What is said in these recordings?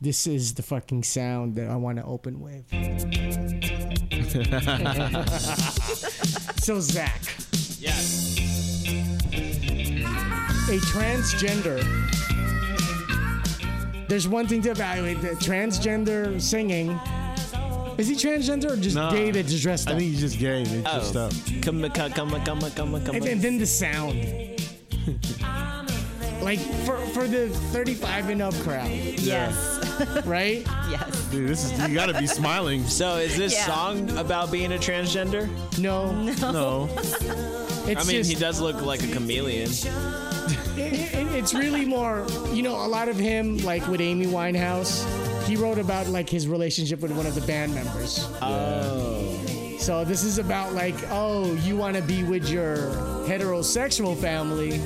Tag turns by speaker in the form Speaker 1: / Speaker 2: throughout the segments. Speaker 1: This is the fucking sound that I want to open with. so, Zach,
Speaker 2: Yes.
Speaker 1: a transgender. There's one thing to evaluate the transgender singing. Is he transgender or just
Speaker 3: Nah.
Speaker 1: gay that just dressed up?
Speaker 3: I think he's just gay. They just
Speaker 1: Oh.
Speaker 3: up.
Speaker 2: Oh. Come, come, come, come, come, come.
Speaker 1: and, and then the sound. like for for the 35 and up crowd,
Speaker 4: Yes.
Speaker 1: right?
Speaker 4: Yes.
Speaker 3: Dude, this is you gotta be smiling.
Speaker 2: So is this
Speaker 4: Yeah.
Speaker 2: song about being a transgender?
Speaker 1: No,
Speaker 3: No.
Speaker 1: it's
Speaker 2: I mean,
Speaker 1: just
Speaker 2: he does look like a chameleon.
Speaker 1: it- it- it's really more. You know, a lot of him, like with Amy Winehouse, he wrote about like his relationship with one of the band members.
Speaker 2: Oh.
Speaker 1: So this is about like, oh, you want to be with your heterosexual family,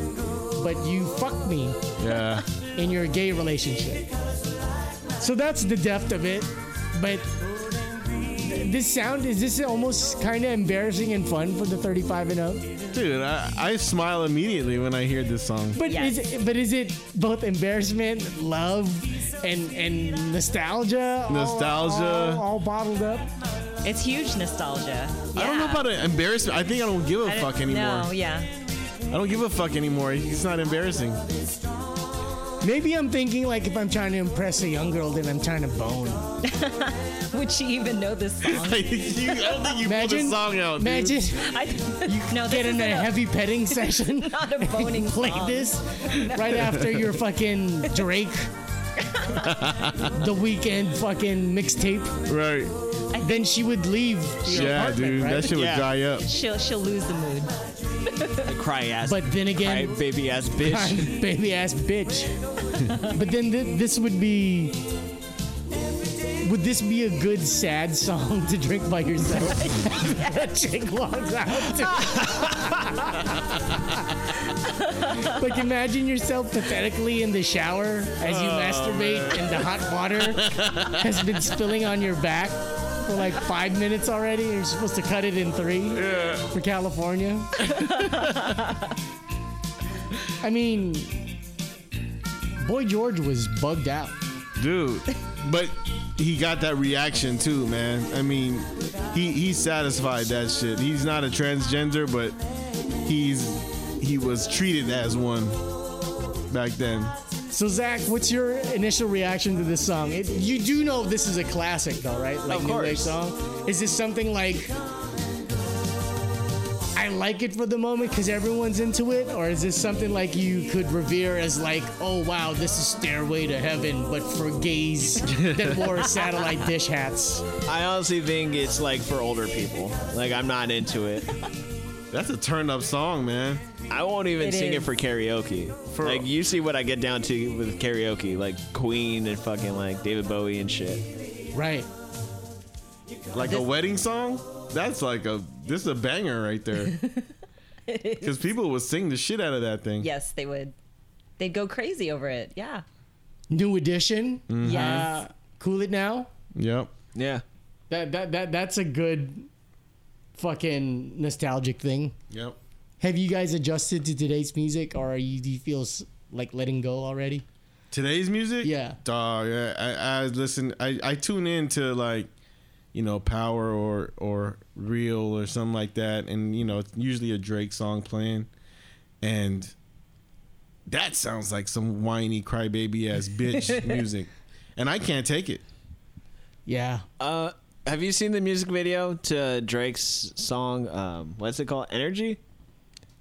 Speaker 1: but you fuck me
Speaker 3: Yeah.
Speaker 1: in your gay relationship. So that's the depth of it. But th- this sound is this almost kind of embarrassing and fun for the 35 and up.
Speaker 3: Dude, I, I smile immediately when I hear this song.
Speaker 1: But
Speaker 4: Yes.
Speaker 1: is it, but is it both embarrassment, love, and and nostalgia? all-
Speaker 3: Nostalgia.
Speaker 1: all, all bottled up.
Speaker 4: It's huge nostalgia.
Speaker 3: I don't know
Speaker 4: Yeah.
Speaker 3: about an embarrassment. I think I don't give a
Speaker 4: I don't-
Speaker 3: fuck anymore.
Speaker 4: No, yeah.
Speaker 3: I don't give a fuck anymore. It's not embarrassing.
Speaker 1: Maybe I'm thinking like if I'm trying to impress a young girl, then I'm trying to bone.
Speaker 4: Would she even know this song?
Speaker 3: Like, you, I don't think you pulled
Speaker 1: Imagine,
Speaker 3: this song out. dude.
Speaker 1: imagine
Speaker 4: I, no, this
Speaker 1: get in
Speaker 4: isn't
Speaker 1: a heavy petting session.
Speaker 4: not a boning
Speaker 1: play
Speaker 4: song.
Speaker 1: this right after your fucking Drake, the weekend fucking mixtape.
Speaker 3: Right.
Speaker 1: Then she would leave your
Speaker 3: Yeah,
Speaker 1: apartment,
Speaker 3: dude.
Speaker 1: right?
Speaker 3: That shit would
Speaker 2: Yeah.
Speaker 3: dry up.
Speaker 4: She'll she'll lose the mood.
Speaker 2: The cry ass.
Speaker 1: but then
Speaker 2: cry
Speaker 1: again,
Speaker 2: baby ass
Speaker 1: I'm
Speaker 2: bitch.
Speaker 1: a baby ass bitch. but then th- this would be. Would this be a good sad song to drink by yourself? Drink logs out. to- like imagine yourself pathetically in the shower as you masturbate and the hot water has been spilling on your back for like five minutes already. You're supposed to cut it in three for California. I mean, Boy George was bugged out.
Speaker 3: Dude. But he got that reaction too, man. I mean, he he satisfied that shit. He's not a transgender, but he's he was treated as one back then.
Speaker 1: So Zach, what's your initial reaction to this song? It, you do know this is a classic, though, right? Like
Speaker 2: Of
Speaker 1: new wave
Speaker 2: course.
Speaker 1: song. Is this something like I like it for the moment because everyone's into it, or is this something like you could revere as like, oh wow, this is Stairway to Heaven, but for gays that wore satellite dish hats?
Speaker 2: I honestly think it's like for older people. Like I'm not into it.
Speaker 3: That's a turn up song, man.
Speaker 2: I won't even
Speaker 4: It
Speaker 2: sing it
Speaker 4: is.
Speaker 2: for karaoke.
Speaker 3: For-
Speaker 2: like you see what I get down to with karaoke, like Queen and fucking like David Bowie and shit.
Speaker 1: Right.
Speaker 3: Like a wedding song? That's like a this is a banger right there. Cuz people would sing the shit out of that thing.
Speaker 4: Yes, they would. They'd go crazy over it. Yeah.
Speaker 1: New edition.
Speaker 3: Mm-hmm.
Speaker 4: Yes.
Speaker 1: Uh, cool it now.
Speaker 3: Yep.
Speaker 2: Yeah.
Speaker 1: That that that that's a good fucking nostalgic thing.
Speaker 3: Yep.
Speaker 1: Have you guys adjusted to today's music, or are you, do you feel s- like letting go already?
Speaker 3: Today's music?
Speaker 1: Yeah.
Speaker 3: Dog, yeah. I, I listen I, I tune in to like, you know, power or or real or something like that. And you know, it's usually a Drake song playing. And that sounds like some whiny crybaby ass bitch music. And I can't take it.
Speaker 1: Yeah.
Speaker 2: Uh have you seen the music video to Drake's song um what's it called? Energy?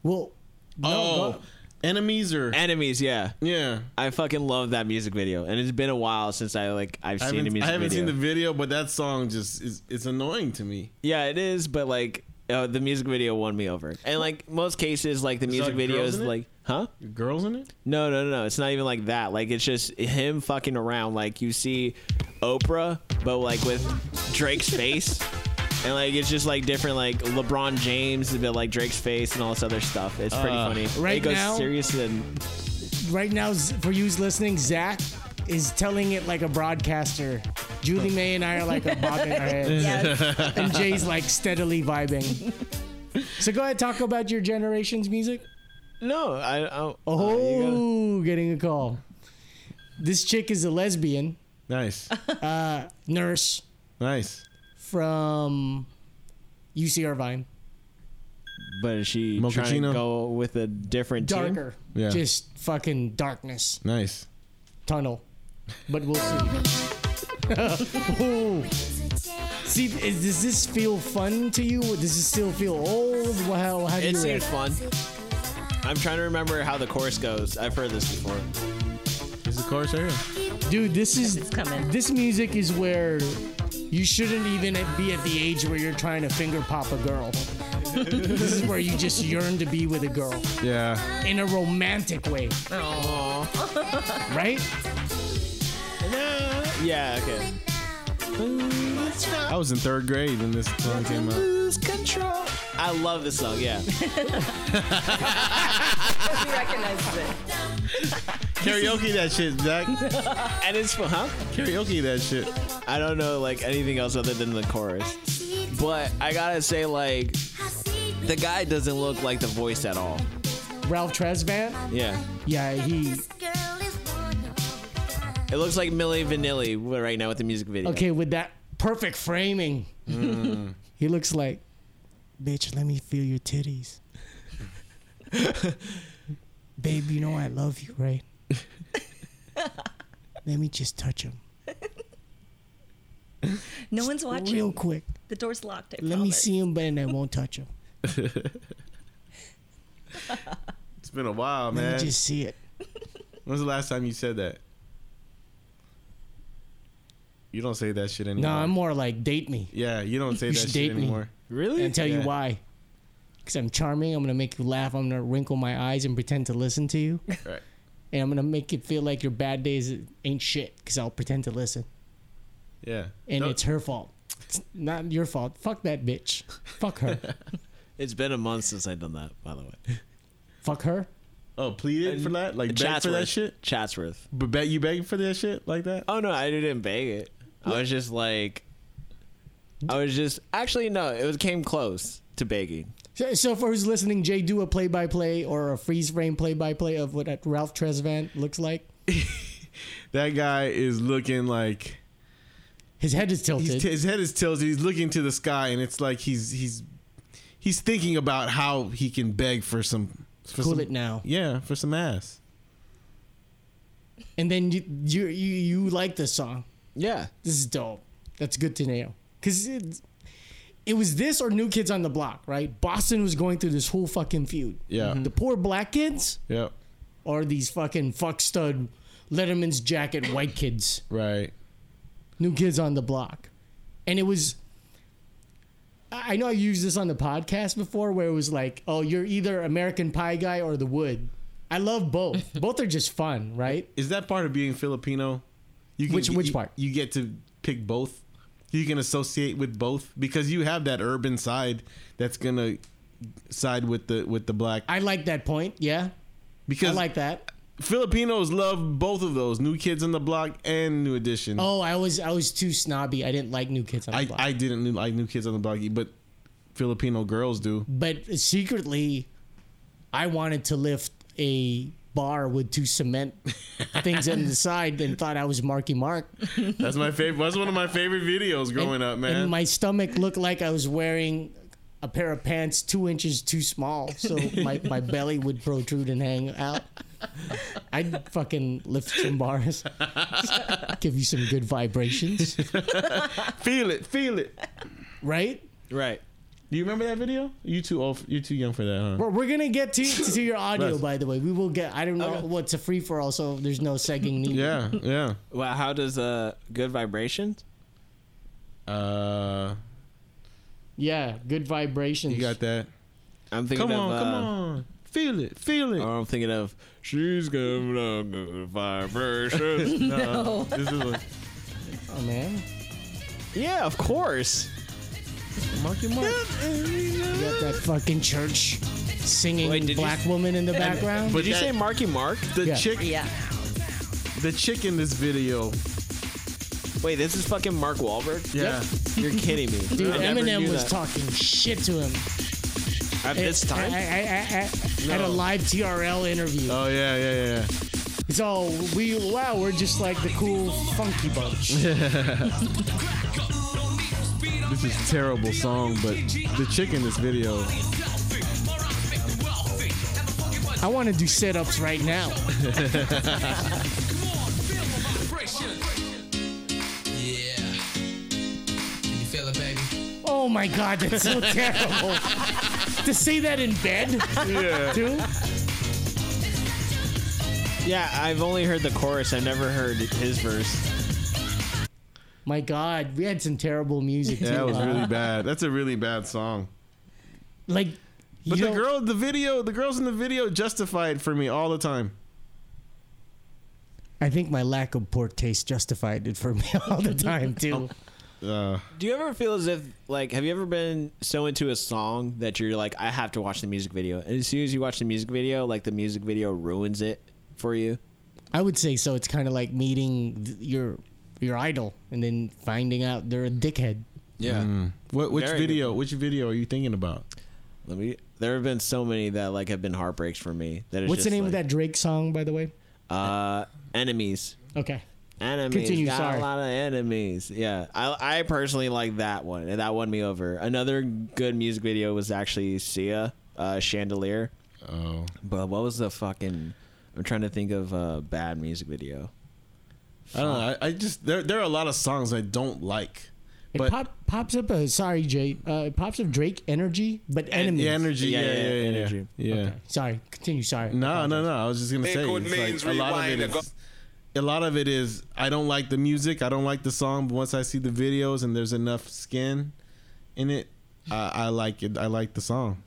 Speaker 1: Well, no,
Speaker 3: oh,
Speaker 1: go-
Speaker 3: enemies or
Speaker 2: Enemies, yeah.
Speaker 3: yeah.
Speaker 2: I fucking love that music video. And it's been a while since I like I've
Speaker 3: I
Speaker 2: seen the
Speaker 3: haven't, I
Speaker 2: music
Speaker 3: haven't
Speaker 2: video.
Speaker 3: seen the video, but that song just is it's annoying to me.
Speaker 2: Yeah, it is, but like uh, the music video won me over. And like most cases, like the music
Speaker 3: like,
Speaker 2: video is
Speaker 3: girls in it?
Speaker 2: like, huh?
Speaker 3: Girls in it?
Speaker 2: No, no, no, no. It's not even like that. Like it's just him fucking around. Like you see Oprah, but like with Drake's face. And like it's just like different, like LeBron James, but like Drake's face and all this other stuff. It's pretty
Speaker 3: Uh,
Speaker 2: funny.
Speaker 1: right
Speaker 2: it goes
Speaker 1: now-
Speaker 2: serious and
Speaker 1: right now, Z- for you who's listening, Zach is telling it like a broadcaster. Julie May and I are like bobbing our heads,
Speaker 4: Yes.
Speaker 1: and Jay's like steadily vibing. So go ahead, talk about your generation's music.
Speaker 2: no, I. I
Speaker 3: oh,
Speaker 1: Oh, getting a call. This chick is a lesbian.
Speaker 3: Nice.
Speaker 1: Nurse
Speaker 3: nice.
Speaker 1: from UC Irvine.
Speaker 2: But is she trying to
Speaker 3: Mochaccino?
Speaker 2: go with a different team?
Speaker 1: Darker.
Speaker 3: Yeah.
Speaker 1: Just fucking darkness.
Speaker 3: Nice.
Speaker 1: Tunnel. But we'll see. Ooh. See, is, does this feel fun to you? Does this still feel old? How, how do
Speaker 2: It
Speaker 1: you
Speaker 2: seems
Speaker 1: react?
Speaker 2: fun. I'm trying to remember how the chorus goes. I've heard this before.
Speaker 3: Is the chorus area?
Speaker 1: Dude, this is
Speaker 4: It's coming.
Speaker 1: this music is where you shouldn't even be at the age where you're trying to finger pop a girl. this is where you just yearn to be with a girl
Speaker 3: Yeah.
Speaker 1: in a romantic way, right?
Speaker 2: Yeah, okay.
Speaker 3: I was in third grade when this song came out.
Speaker 2: Lose control. I love this song, yeah.
Speaker 4: He recognizes it.
Speaker 3: Karaoke that shit, Zach.
Speaker 2: and it's fun, huh?
Speaker 3: Karaoke that shit.
Speaker 2: I don't know like anything else other than the chorus. But I gotta say, like, the guy doesn't look like the voice at all.
Speaker 1: Ralph Tresvant,
Speaker 2: Yeah.
Speaker 1: yeah, he.
Speaker 2: It looks like Millie Vanilli right now with the music video.
Speaker 1: Okay, with that perfect framing,
Speaker 3: Mm.
Speaker 1: he looks like, bitch. Let me feel your titties, babe. You know I love you, right? let me just touch him
Speaker 4: No one's watching.
Speaker 1: real quick.
Speaker 4: The door's locked. I
Speaker 1: Let me
Speaker 4: promise.
Speaker 1: see him, but and I won't touch him.
Speaker 3: It's been a while,
Speaker 1: Let
Speaker 3: man.
Speaker 1: me just see it.
Speaker 3: When's the last time you said that? You don't say that shit anymore.
Speaker 1: No, I'm more like date me
Speaker 3: Yeah, you don't say
Speaker 1: You
Speaker 3: that
Speaker 1: should
Speaker 3: shit
Speaker 1: date me.
Speaker 3: anymore.
Speaker 2: Really?
Speaker 1: and tell you
Speaker 3: Yeah.
Speaker 1: why. Because I'm charming. I'm gonna make you laugh. I'm gonna wrinkle my eyes and pretend to listen to you,
Speaker 3: Right.
Speaker 1: and I'm gonna make it feel like your bad days ain't shit. Because I'll pretend to listen,
Speaker 3: Yeah.
Speaker 1: and
Speaker 3: No,
Speaker 1: it's her fault. It's not your fault. Fuck that bitch. Fuck her.
Speaker 2: It's been a month since I've done that, by the way.
Speaker 1: Fuck her.
Speaker 3: oh, pleaded for that? Like beg for that shit?
Speaker 2: Chatsworth.
Speaker 3: But bet you begging for that shit like that?
Speaker 2: Oh no, I didn't beg it. I was just like, I was just actually no, it was, came close to begging.
Speaker 1: So, so for who's listening, Jay, do a play-by-play or a freeze frame play-by-play of what that Ralph Tresvant looks like.
Speaker 3: That guy is looking like
Speaker 1: His head is tilted.
Speaker 3: he's, his head is tilted. He's looking to the sky, and it's like he's he's he's thinking about how he can beg for some. For
Speaker 1: Cool
Speaker 3: some-
Speaker 1: it now.
Speaker 3: Yeah, for some ass.
Speaker 1: And then you you you, you like this song.
Speaker 2: Yeah,
Speaker 1: This is dope. That's good to know. Cause it, it was this or New Kids on the Block, right? Boston was going through this whole fucking feud.
Speaker 3: Yeah.
Speaker 1: The poor black kids
Speaker 3: Yep.
Speaker 1: are these fucking fuck stud Letterman's jacket white kids.
Speaker 3: Right.
Speaker 1: New Kids on the Block. And it was I I know I used this on the podcast before where it was like, oh, you're either American Pie guy or the wood. I love both. both are just fun, right?
Speaker 3: Is that part of being Filipino? You
Speaker 1: Which-
Speaker 3: get-
Speaker 1: which
Speaker 3: you-
Speaker 1: part?
Speaker 3: You get to pick both. You can associate with both because you have that urban side that's gonna side with the with the black.
Speaker 1: I like that point, yeah. I
Speaker 3: Because
Speaker 1: like that.
Speaker 3: Filipinos love both of those, New Kids on the Block and New Edition.
Speaker 1: Oh, I was I was too snobby. I didn't like New Kids on the
Speaker 3: I,
Speaker 1: Block.
Speaker 3: I didn't like New Kids on the Block, but Filipino girls do.
Speaker 1: but secretly, I wanted to lift a bar with two cement things on the side and thought I was Marky Mark.
Speaker 3: That's my favorite. That's one of my favorite videos growing up, man.
Speaker 1: And my stomach looked like I was wearing a pair of pants two inches too small, so my, my belly would protrude and hang out. I'd fucking lift some bars, give you some good vibrations,
Speaker 3: feel it, feel it.
Speaker 1: right?
Speaker 2: right.
Speaker 3: Do you remember that video? You too old. You're too young for that, huh?
Speaker 1: We're, we're gonna get to, to your audio,
Speaker 3: Right.
Speaker 1: by the way. We will get. I don't know what's a free for all, so there's no segging needed.
Speaker 3: Yeah, yeah.
Speaker 2: Well, how does uh good vibrations?
Speaker 3: Uh,
Speaker 1: Yeah, good vibrations.
Speaker 3: you got that.
Speaker 2: I'm thinking
Speaker 3: Come
Speaker 2: of.
Speaker 3: on,
Speaker 2: uh,
Speaker 3: come on. Feel it, feel it.
Speaker 2: or I'm thinking of. She's giving a good vibration.
Speaker 3: no, this is one.
Speaker 1: oh man,
Speaker 2: yeah, of course.
Speaker 3: Marky Mark.
Speaker 1: you got that fucking church singing
Speaker 2: Wait, did you-
Speaker 1: black woman in the background.
Speaker 3: But
Speaker 2: Did you
Speaker 3: that-
Speaker 2: say Marky Mark?
Speaker 3: The
Speaker 1: Yeah.
Speaker 3: chick,
Speaker 4: Yeah.
Speaker 3: the chick in this video.
Speaker 2: Wait, this is fucking Mark Wahlberg.
Speaker 3: Yeah,
Speaker 2: You're kidding me.
Speaker 1: Dude,
Speaker 2: I never
Speaker 1: Eminem
Speaker 2: knew
Speaker 1: was
Speaker 2: that.
Speaker 1: talking shit to him.
Speaker 2: At this time.
Speaker 1: I, I, I, I, At a
Speaker 3: No.
Speaker 1: live TRL interview.
Speaker 3: Oh yeah, yeah, yeah.
Speaker 1: So we wow, we're just like the cool funky bunch.
Speaker 3: This is a terrible song, but the chick in this video,
Speaker 1: I want to do setups right now.
Speaker 5: Yeah. Can you feel it, baby?
Speaker 1: Oh my god, that's so terrible. to say that in bed, yeah. too.
Speaker 2: Yeah, I've only heard the chorus. I've never heard his verse.
Speaker 1: My god, we had some terrible music
Speaker 3: yeah,
Speaker 1: too.
Speaker 3: that was
Speaker 1: huh?
Speaker 3: really bad. That's a really bad song.
Speaker 1: like, you
Speaker 3: But the
Speaker 1: don't-
Speaker 3: girl, the video, the girls in the video justify it for me all the time.
Speaker 1: I think my lack of poor taste justified it for me all the time too.
Speaker 3: Uh,
Speaker 2: Do you ever feel as if like have you ever been so into a song that you're like I have to watch the music video, and as soon as you watch the music video, like the music video ruins it for you?
Speaker 1: I would say so. It's kind of like meeting th- your your idol and then finding out they're a dickhead.
Speaker 2: Yeah.
Speaker 1: Mm.
Speaker 3: what which
Speaker 2: Very good
Speaker 3: video? Which video are you thinking about?
Speaker 2: Let me. There have been so many that like have been heartbreaks for me. That it's
Speaker 1: What's the
Speaker 2: just
Speaker 1: name of
Speaker 2: like,
Speaker 1: that Drake song, by the way?
Speaker 2: that? Uh, enemies.
Speaker 1: Okay.
Speaker 2: Enemies.
Speaker 1: Continue,
Speaker 2: Got
Speaker 1: sorry.
Speaker 2: a lot of enemies. Yeah. I I personally like that one. and That won me over. Another good music video was actually Sia, uh, Chandelier.
Speaker 3: Oh,
Speaker 2: But what was the fucking? I'm trying to think of a bad music video.
Speaker 3: I don't know. I, I just there there are a lot of songs I don't like,
Speaker 1: It
Speaker 3: but
Speaker 1: pop, pops up a sorry Jay. Uh, it pops up Drake energy, but enemies.
Speaker 3: the energy, yeah,
Speaker 2: Yeah,
Speaker 3: yeah,
Speaker 2: yeah,
Speaker 3: yeah, yeah.
Speaker 2: energy.
Speaker 3: yeah.
Speaker 1: Okay. Sorry. Continue. Sorry.
Speaker 3: No, no, no. I was just gonna
Speaker 6: Hey,
Speaker 3: say
Speaker 6: Code
Speaker 3: it's
Speaker 6: Names,
Speaker 3: like, a lot of
Speaker 6: rewind
Speaker 3: it
Speaker 6: and
Speaker 3: is. A lot of it is I don't like the music. I don't like the song. But once I see the videos and there's enough skin in it, I, I like it. I like the song.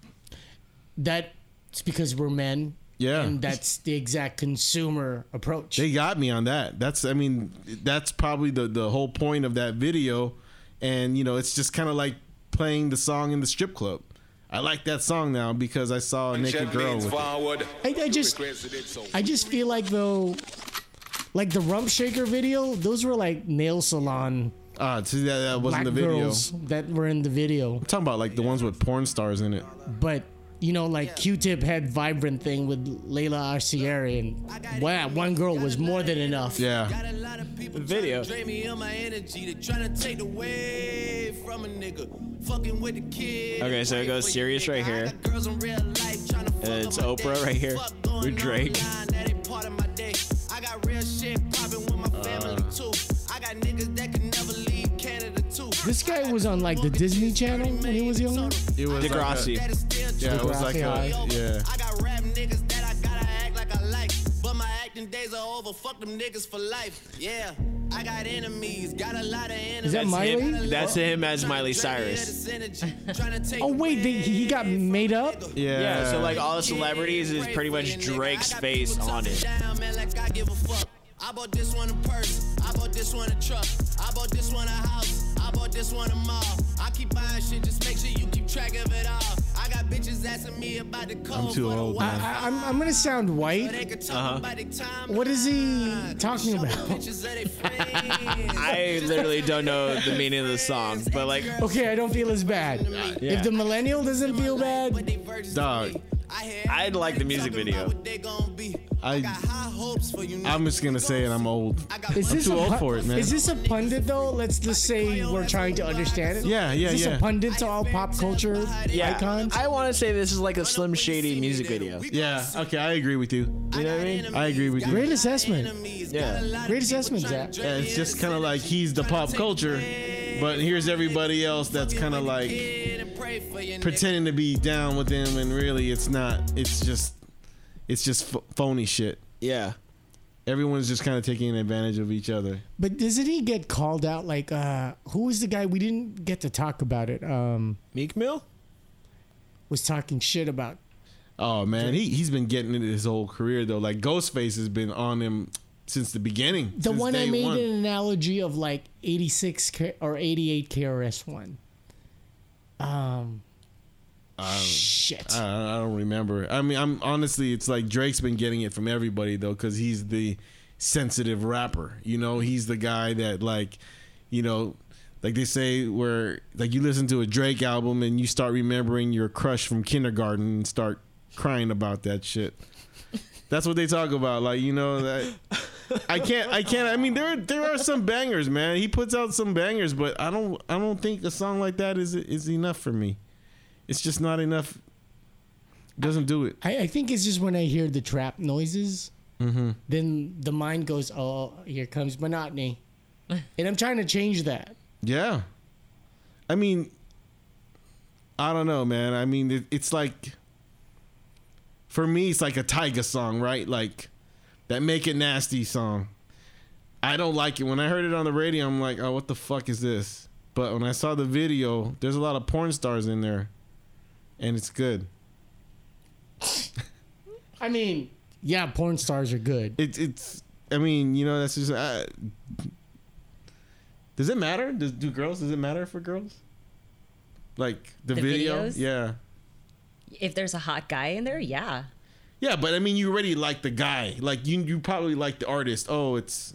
Speaker 1: That's because we're men.
Speaker 3: Yeah.
Speaker 1: And that's the exact consumer approach.
Speaker 3: They got me on that. That's I mean, that's probably the the whole point of that video, and you know, it's just kind of like playing the song in the strip club. I like that song now because I saw a naked girl
Speaker 6: Leans
Speaker 3: with it.
Speaker 6: forward.
Speaker 1: I, I just
Speaker 6: Regrets it, so
Speaker 1: I just feel like though, like the rump shaker video, those were like nail salon
Speaker 3: Ah, see that that
Speaker 1: black
Speaker 3: wasn't the video.
Speaker 1: girls that were in the video.
Speaker 3: I'm talking about like the ones with porn stars in it.
Speaker 1: But you know, like Q-Tip had vibrant thing with Layla Arcieri, and wow, one girl was more than enough.
Speaker 3: Yeah,
Speaker 7: Got a lot of people
Speaker 2: Video.
Speaker 7: tryna drain me of my energy. They tryna take away from a nigga. Fucking with the kid.
Speaker 2: Okay, so it goes serious right here.
Speaker 7: I got girls in real life tryna fuck
Speaker 2: then it's
Speaker 7: up my
Speaker 2: Oprah
Speaker 7: day.
Speaker 2: right here
Speaker 7: Fuck going
Speaker 2: with Drake.
Speaker 7: online, that ain't part of my day. I got real shit poppin' with my
Speaker 3: Uh.
Speaker 7: family too. I got niggas that can never leave Canada too.
Speaker 1: This guy was on like the Disney Channel when he was younger.
Speaker 3: it was like a-
Speaker 2: Degrassi.
Speaker 7: That is still
Speaker 3: yeah, it was like a,
Speaker 7: over.
Speaker 3: yeah.
Speaker 7: I got rap niggas that I gotta act like I like. But my acting days are over. Fuck them niggas for life. Yeah. I got enemies. Got a lot of enemies.
Speaker 1: that Miley?
Speaker 7: Got a lot
Speaker 2: That's
Speaker 7: of-
Speaker 2: him as
Speaker 7: Tryna
Speaker 2: Miley
Speaker 7: drain me of
Speaker 2: Cyrus.
Speaker 7: this energy, tryna take
Speaker 1: Oh wait, they, he got
Speaker 7: away
Speaker 1: made
Speaker 7: from a
Speaker 1: up.
Speaker 7: nigga.
Speaker 3: Yeah.
Speaker 2: Yeah, so like all the celebrities is pretty much Drake's face on it.
Speaker 7: Down, man, like I give a fuck. I bought this one a purse. I bought this one a truck. I bought this one a house. I bought this one a mall. I keep buying shit, just make sure you keep track of it all. I got bitches asking me about the code.
Speaker 3: too
Speaker 7: for the
Speaker 3: old,
Speaker 7: Wi-
Speaker 3: man.
Speaker 1: I, I'm, I'm gonna sound white.
Speaker 7: They could
Speaker 2: Uh-huh.
Speaker 7: talk about the time.
Speaker 1: What is he talking about?
Speaker 7: Bitches that they friends.
Speaker 2: I literally don't know the meaning of the song, but like
Speaker 1: Okay, I don't feel as bad.
Speaker 2: yeah.
Speaker 1: If the millennial doesn't feel bad,
Speaker 7: But they virgins to
Speaker 3: Dog.
Speaker 7: me. I hear
Speaker 2: I like the music
Speaker 7: everybody talking
Speaker 2: video.
Speaker 7: about what they gon' be.
Speaker 3: I-
Speaker 7: I got high hopes for you.
Speaker 3: I'm just gonna say it. I'm old.
Speaker 7: I got
Speaker 1: is
Speaker 7: money.
Speaker 1: this
Speaker 3: too
Speaker 1: a
Speaker 3: old
Speaker 1: pun-
Speaker 3: for it, man.
Speaker 1: Is this a pundit though? Let's just say we're trying to understand it.
Speaker 3: Yeah, yeah,
Speaker 1: Is this
Speaker 3: yeah.
Speaker 1: a pundit to all pop culture
Speaker 2: yeah,
Speaker 1: icons?
Speaker 2: I want to say this is like a Slim Shady music video.
Speaker 3: Yeah. Okay, I agree with you.
Speaker 2: You know what I mean?
Speaker 3: I agree with you.
Speaker 1: Great assessment.
Speaker 2: Yeah.
Speaker 1: Great assessment, Zach.
Speaker 3: Yeah, it's just kind of like he's the pop culture, but here's everybody else that's kind of like pretending to be down with him, and really it's not. It's just, it's just f- phony shit.
Speaker 2: Yeah.
Speaker 3: Everyone's just kind of taking advantage of each other.
Speaker 1: But doesn't he get called out? Like, uh, who was the guy we didn't get to talk about it? Um,
Speaker 2: Meek Mill?
Speaker 1: was talking shit about.
Speaker 3: Oh man, he he's been getting it his whole career though. Like Ghostface has been on him since the beginning.
Speaker 1: The
Speaker 3: since
Speaker 1: one I
Speaker 3: day
Speaker 1: made
Speaker 3: one.
Speaker 1: an analogy of like 86 K- or 88 KRS one. Um, shit.
Speaker 3: I don't, I don't remember. I mean, I'm honestly, it's like Drake's been getting it from everybody though, because he's the sensitive rapper. You know, he's the guy that like, you know, like they say where like you listen to a Drake album and you start remembering your crush from kindergarten and start crying about that shit. That's what they talk about. Like you know that I can't. I can't. I mean, there are, there are some bangers, man. He puts out some bangers, but I don't. I don't think a song like that is is enough for me. It's just not enough. Doesn't do it.
Speaker 1: I, I think it's just when I hear the trap noises, then the mind goes, "Oh, here comes monotony," and I'm trying to change that.
Speaker 3: Yeah. I mean, I don't know, man. I mean, it, it's like, for me, it's like a Tyga song, right? Like that Make It Nasty song. I don't like it. When I heard it on the radio, I'm like, oh, what the fuck is this? But when I saw the video, there's a lot of porn stars in there, and it's good.
Speaker 1: I mean, yeah, porn stars are good.
Speaker 3: It, it's, I mean, you know, that's just. Uh, does it matter? Does do girls? Does it matter for girls? Like the,
Speaker 4: The
Speaker 3: video?
Speaker 4: videos?
Speaker 3: Yeah.
Speaker 4: If there's a hot guy in there, yeah.
Speaker 3: Yeah, but I mean, you already like the guy. Like you, you probably like the artist. Oh, it's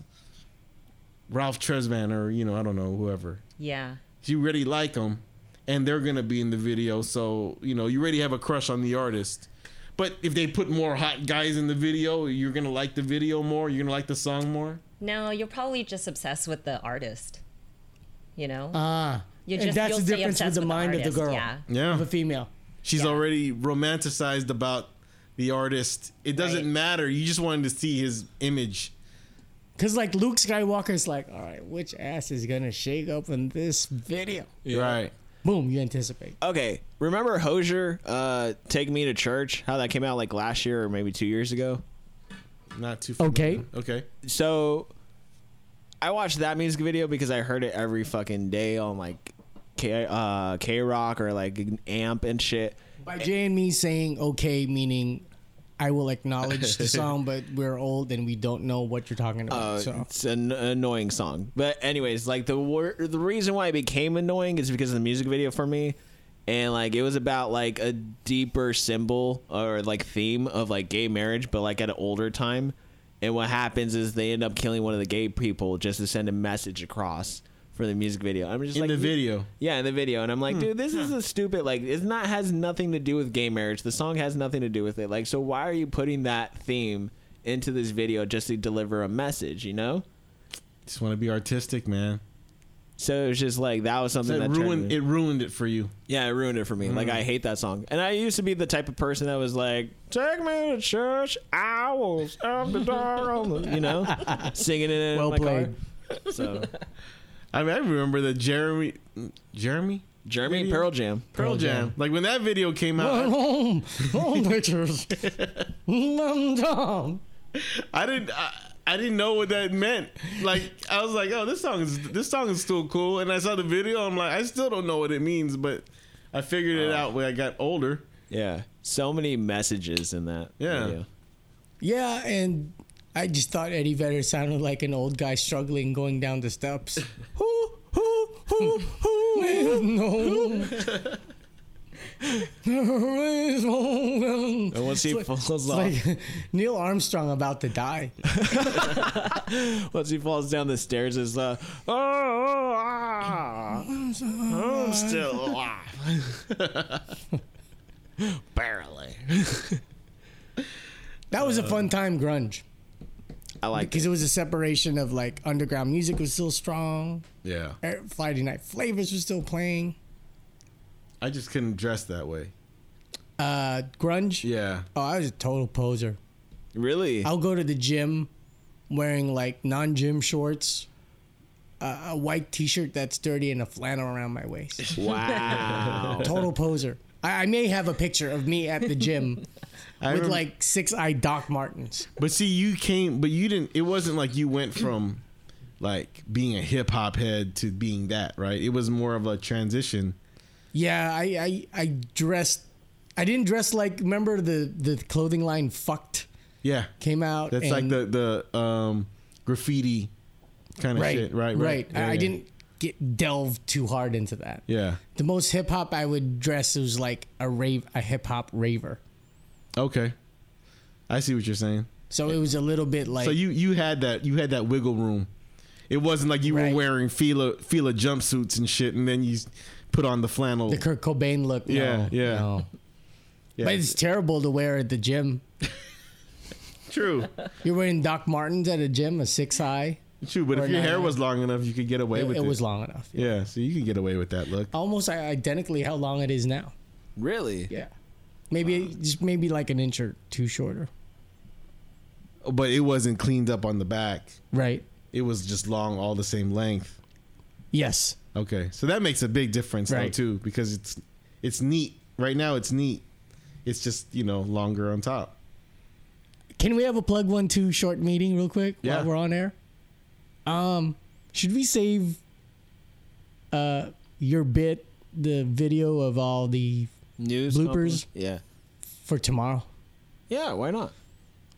Speaker 3: Ralph Tresvant, or you know, I don't know, whoever.
Speaker 4: Yeah.
Speaker 3: You already like them, and they're gonna be in the video. So you know, you already have a crush on the artist. But if they put more hot guys in the video, you're gonna like the video more. You're gonna like the song more.
Speaker 4: No, you're probably just obsessed with the artist. You know?
Speaker 1: Ah,
Speaker 4: you
Speaker 1: and that's the
Speaker 4: stay
Speaker 1: difference with
Speaker 4: obsessed
Speaker 1: the mind of
Speaker 4: artist,
Speaker 1: the girl,
Speaker 4: Yeah.
Speaker 1: of
Speaker 3: Yeah,
Speaker 1: a female.
Speaker 3: she's
Speaker 4: Yeah.
Speaker 3: already romanticized about the artist. It doesn't
Speaker 4: Right.
Speaker 3: matter. You just wanted to see his image.
Speaker 1: Cause like Luke Skywalker's like, all right, which ass is gonna shake up in this video?
Speaker 3: Right.
Speaker 1: Boom, you anticipate.
Speaker 2: Okay, remember Hosier? Uh, Take me to church. How that came out like last year or maybe two years ago.
Speaker 3: Not too.
Speaker 1: Okay.
Speaker 3: familiar. Okay.
Speaker 2: so I watched that music video because I heard it every fucking day on like K uh K Rock or like Amp and shit.
Speaker 1: By Jay and me saying okay, meaning I will acknowledge the song, but we're old and we don't know what you're talking about.
Speaker 2: Uh,
Speaker 1: so
Speaker 2: It's an annoying song, but anyways, like the wor- the reason why it became annoying is because of the music video for me, and like it was about like a deeper symbol or like theme of like gay marriage, but like at an older time. And what happens is they end up killing one of the gay people just to send a message across for the music video. I'm just
Speaker 3: In
Speaker 2: like
Speaker 3: the
Speaker 2: you-
Speaker 3: video. Hmm.
Speaker 2: Yeah, in the video, and I'm like, dude, this is a stupid. Like, it's not has nothing to do with gay marriage. The song has nothing to do with it. Like, so why are you putting that theme into this video just to deliver a message? You know.
Speaker 3: Just want to be artistic, man.
Speaker 2: So it was just like that was something
Speaker 3: That
Speaker 2: that, turned
Speaker 3: ruined
Speaker 2: me-
Speaker 3: it Hmm. ruined it for you.
Speaker 2: Yeah, it ruined it for me. Like I hate that song, and I used to be the type of person that was like, "Take me to church hours after dark," on the-" you know, singing it in
Speaker 1: Well
Speaker 2: my car.
Speaker 1: played.
Speaker 2: So
Speaker 3: I mean, I remember the Jeremy, Jeremy,
Speaker 2: Jeremy
Speaker 3: Video?
Speaker 2: Pearl Jam.
Speaker 3: Pearl, Jam. Like when that video came out,
Speaker 1: home, home pictures. Dum dum.
Speaker 3: I didn't, I, I didn't know what that meant. Like I was like, oh, this song is this song is still cool. And I saw the video. I'm like, I still don't know what it means, but I figured it out when I got older.
Speaker 2: Yeah, so many messages in that.
Speaker 3: Yeah.
Speaker 2: video.
Speaker 1: Yeah, and I just thought Eddie Vedder sounded like an old guy struggling going down the steps. Who, who, who, who? No.
Speaker 2: And once he falls off,
Speaker 1: It's like Neil Armstrong about to die.
Speaker 2: once he falls down the stairs, is uh, oh, oh, ah, I'm still alive. Barely.
Speaker 1: That was a fun time, grunge,
Speaker 2: I like
Speaker 1: because it was a separation of like underground music was still strong,
Speaker 3: Yeah,
Speaker 1: eh, Friday Night Flavors was still playing,
Speaker 3: I just couldn't dress that way.
Speaker 1: uh, grunge.
Speaker 3: Yeah,
Speaker 1: Oh, I was a total poser.
Speaker 2: Really?
Speaker 1: I'll go to the gym wearing like non gym shorts, uh, a white t shirt that's dirty, and a flannel around my waist.
Speaker 2: Wow.
Speaker 1: Total poser. I, I may have a picture of me at the gym
Speaker 3: I
Speaker 1: with
Speaker 3: remem-
Speaker 1: like six eyed Doc Martens.
Speaker 3: But see, you came, but you didn't. It wasn't like you went from like being a hip hop head to being that, right? It was more of a transition.
Speaker 1: Yeah, I, I, I dressed. I didn't dress like. Remember the the clothing line "fucked"
Speaker 3: Yeah,
Speaker 1: came out.
Speaker 3: That's like
Speaker 1: and-
Speaker 3: the the um, graffiti kind of
Speaker 1: right,
Speaker 3: shit, right?
Speaker 1: Right. I,
Speaker 3: Yeah,
Speaker 1: I
Speaker 3: yeah.
Speaker 1: didn't get delve too hard into that.
Speaker 3: Yeah.
Speaker 1: The most hip hop I would dress was like a rave, a hip hop raver.
Speaker 3: Okay. I see what you're saying.
Speaker 1: So it was a little bit like
Speaker 3: So you you had that you had that wiggle room. It wasn't like you
Speaker 1: Right.
Speaker 3: were wearing Fila Fila jumpsuits and shit, and then you s- put on the flannel.
Speaker 1: the Kurt Cobain look. No,
Speaker 3: Yeah, yeah.
Speaker 1: no.
Speaker 3: Yeah.
Speaker 1: But it's terrible to wear at the gym.
Speaker 3: true.
Speaker 1: You're wearing Doc Martens at a gym, a six high.
Speaker 3: True, but
Speaker 1: Or
Speaker 3: if your hair
Speaker 1: not.
Speaker 3: was long enough, you could get away
Speaker 1: It,
Speaker 3: with it.
Speaker 1: it was long enough.
Speaker 3: Yeah, so you could get away with that look.
Speaker 1: Almost identically how long it is now.
Speaker 2: Really?
Speaker 1: Yeah. Maybe just maybe like an inch or two shorter.
Speaker 3: But it wasn't cleaned up on the back.
Speaker 1: Right.
Speaker 3: It was just long, all the same length.
Speaker 1: Yes.
Speaker 3: Okay, so that makes a big difference now
Speaker 1: Right.
Speaker 3: too, because it's it's neat. Right now, it's neat. It's just you know longer on top.
Speaker 1: Can we have a plug one two short meeting real quick
Speaker 3: Yeah.
Speaker 1: while we're on air? Um, should we save uh your bit the video of all the
Speaker 2: News
Speaker 1: Bloopers.
Speaker 2: company? Yeah.
Speaker 1: for tomorrow,
Speaker 2: Yeah. Why not?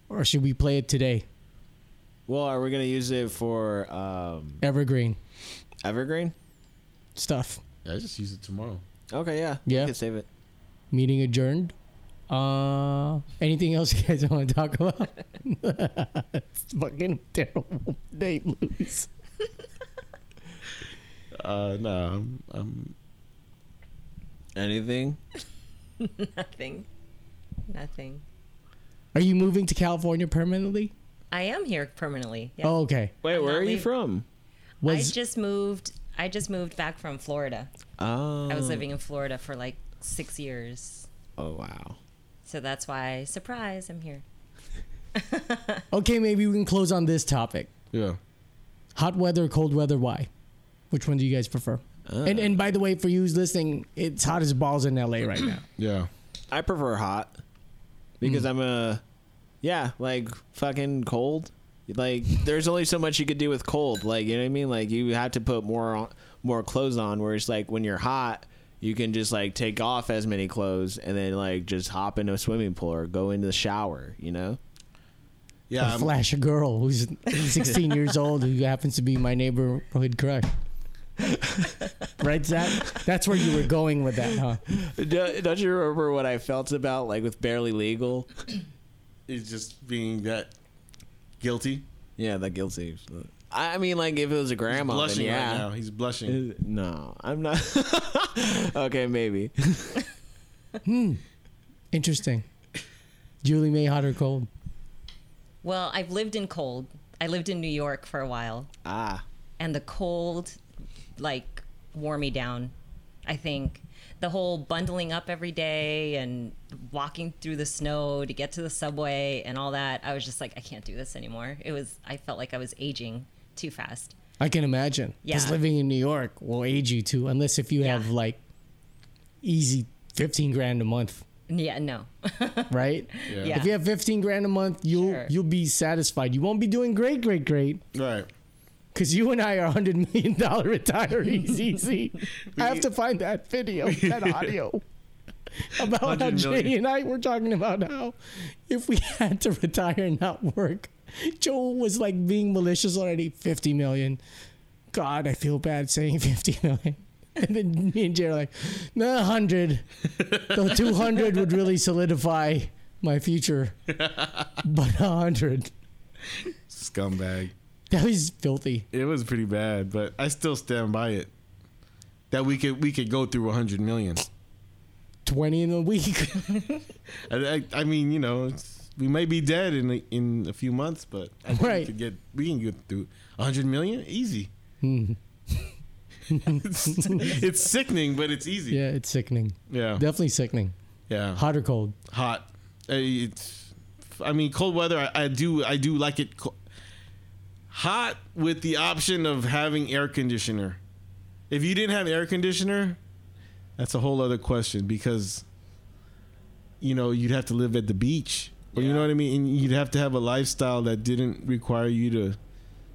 Speaker 1: or should we play it today?
Speaker 2: Well, are we gonna use it for um,
Speaker 1: Evergreen
Speaker 2: Evergreen?
Speaker 1: stuff.
Speaker 3: Yeah, I just use it tomorrow.
Speaker 2: Okay. Yeah.
Speaker 1: Yeah.
Speaker 2: We can save it.
Speaker 1: Meeting adjourned. Uh, anything else you guys want to talk about? it's fucking terrible day, Luis.
Speaker 3: Uh, no, I'm, I'm
Speaker 2: Anything?
Speaker 4: Nothing. Nothing.
Speaker 1: Are you moving to California permanently?
Speaker 4: I am here permanently. Yeah.
Speaker 1: Oh, okay.
Speaker 2: Wait,
Speaker 4: I'm
Speaker 2: where
Speaker 4: not
Speaker 2: are you
Speaker 4: leaving.
Speaker 2: from?
Speaker 1: Was
Speaker 4: I just moved. I just moved back from Florida.
Speaker 2: Oh.
Speaker 4: I was living in Florida for like six years,
Speaker 2: Oh wow.
Speaker 4: so that's why surprise, I'm here.
Speaker 1: okay. Maybe we can close on this topic.
Speaker 3: yeah.
Speaker 1: Hot weather, cold weather, why? Which one do you guys prefer? and and by the way, for you who's listening, it's hot as balls in LA right now.
Speaker 3: Yeah.
Speaker 2: I prefer hot because I'm a yeah, like fucking cold. Like there's only so much you could do with cold. Like you know what I mean? Like you have to put more on, more clothes on. Whereas like when you're hot, you can just like take off as many clothes and then like just hop into a swimming pool or go into the shower. You know?
Speaker 3: Yeah.
Speaker 1: a
Speaker 3: I'm-
Speaker 1: flash a girl who's 16 years old who happens to be my neighborhood crush. right, Zach? That's where you were going with that, huh?
Speaker 2: Don't, don't you remember what I felt about like with barely legal?
Speaker 3: it's just being that guilty.
Speaker 2: Yeah, that guilty. I I mean, like if it was a grandma, then
Speaker 3: blushing
Speaker 2: yeah.
Speaker 3: right now. He's blushing.
Speaker 2: Is- No, I'm not. okay, maybe.
Speaker 1: Interesting. Julie May, hot or cold?
Speaker 4: Well, I've lived in cold. I lived in New York for a while,
Speaker 2: Ah,
Speaker 4: and the cold, like, wore me down. I think the whole bundling up every day and walking through the snow to get to the subway and all that. I was just like, I can't do this anymore. It was. I felt like I was aging too fast.
Speaker 1: I can imagine. Because
Speaker 4: Yeah.
Speaker 1: living in New York will age you too, unless if you have
Speaker 4: Yeah.
Speaker 1: like easy 15 grand a month,
Speaker 4: Yeah, no.
Speaker 1: right?
Speaker 4: Yeah.
Speaker 1: If you have 15 grand a month, you'll
Speaker 4: Sure.
Speaker 1: you'll be satisfied. You won't be doing great, great, great.
Speaker 3: Right.
Speaker 1: Because you and I are hundred million dollar retirees, easy. I have to find that video, that audio about how
Speaker 3: 100 million.
Speaker 1: Jay and I were talking about how if we had to retire and not work, Joel was like being malicious already. Fifty million. God, I feel bad saying fifty million. And then me and Jay are like, no, hundred. Though two hundred would really solidify my future, but hundred.
Speaker 3: Scumbag.
Speaker 1: That was filthy.
Speaker 3: It was pretty bad, but I still stand by it. That we could we could go through 100 million.
Speaker 1: Twenty in a week.
Speaker 3: I, I, I mean, you know, it's, we may be dead in a, in a few months, but I think we
Speaker 1: Right.
Speaker 3: could get we can get through 100 million easy.
Speaker 1: Hmm.
Speaker 3: it's, it's sickening, but it's easy.
Speaker 1: Yeah, it's sickening.
Speaker 3: yeah,
Speaker 1: Definitely sickening.
Speaker 3: yeah. Hot.
Speaker 1: Hot or cold?
Speaker 3: Uh, It's, I mean, cold weather. I, I do I do like it co- hot with the option of having air conditioner. If you didn't have air conditioner, that's a whole other question because you know you'd have to live at the beach or you know what i mean and you'd have to have a lifestyle that didn't require you to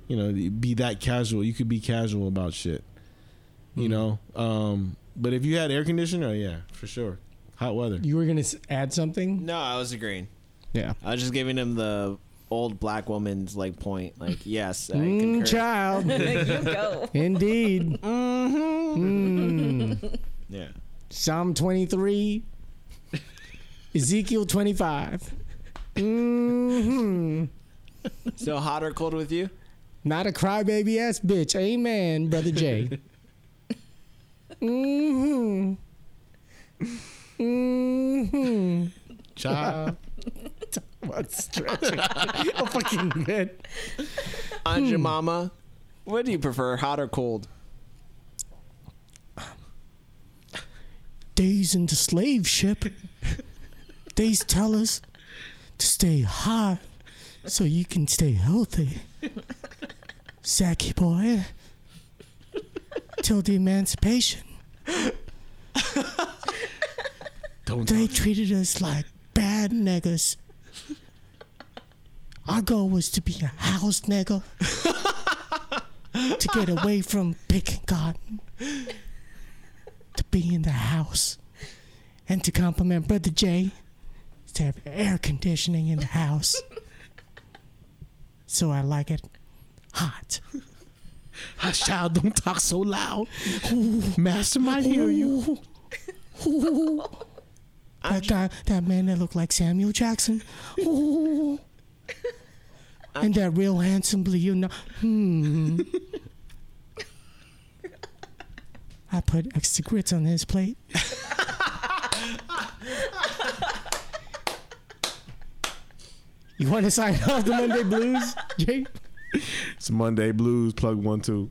Speaker 3: you know be that casual you could be casual about shit you know um but if you had air conditioner yeah for sure hot weather
Speaker 1: You were gonna s- add something?
Speaker 2: no, I was agreeing.
Speaker 1: Yeah.
Speaker 2: I was just giving him the old black woman's like point. Like, yes, I concur.
Speaker 1: Mm, child,
Speaker 4: you go.
Speaker 1: indeed.
Speaker 2: yeah.
Speaker 1: Psalm twenty-three, Ezekiel twenty-five.
Speaker 2: So hot or cold with you?
Speaker 1: Not a crybaby ass bitch. Amen, brother Jay. Mm-hmm. Mm-hmm.
Speaker 3: child
Speaker 1: about stretching a fucking bit. Hmm.
Speaker 2: Anja Mama, what do you prefer, hot or cold?
Speaker 1: Days in the slave ship. Days tell us to stay hot so you can stay healthy. Zacky boy. Till the emancipation.
Speaker 3: Don't
Speaker 1: They treated us like bad niggas. Our goal was to be a house nigga. to get away from picking cotton. To be in the house. And to compliment Brother Jay. To have air conditioning in the house. So I like it hot.
Speaker 3: hush, child. Don't talk so loud. Master might
Speaker 1: Ooh.
Speaker 3: hear you.
Speaker 1: Ooh. That guy, that man that looked like Samuel Jackson. Ooh. And that real handsomely, you know. Hmm. I put extra grits on his plate. you want to sign off the Monday Blues, Jake?
Speaker 3: It's Monday Blues. Plug one two.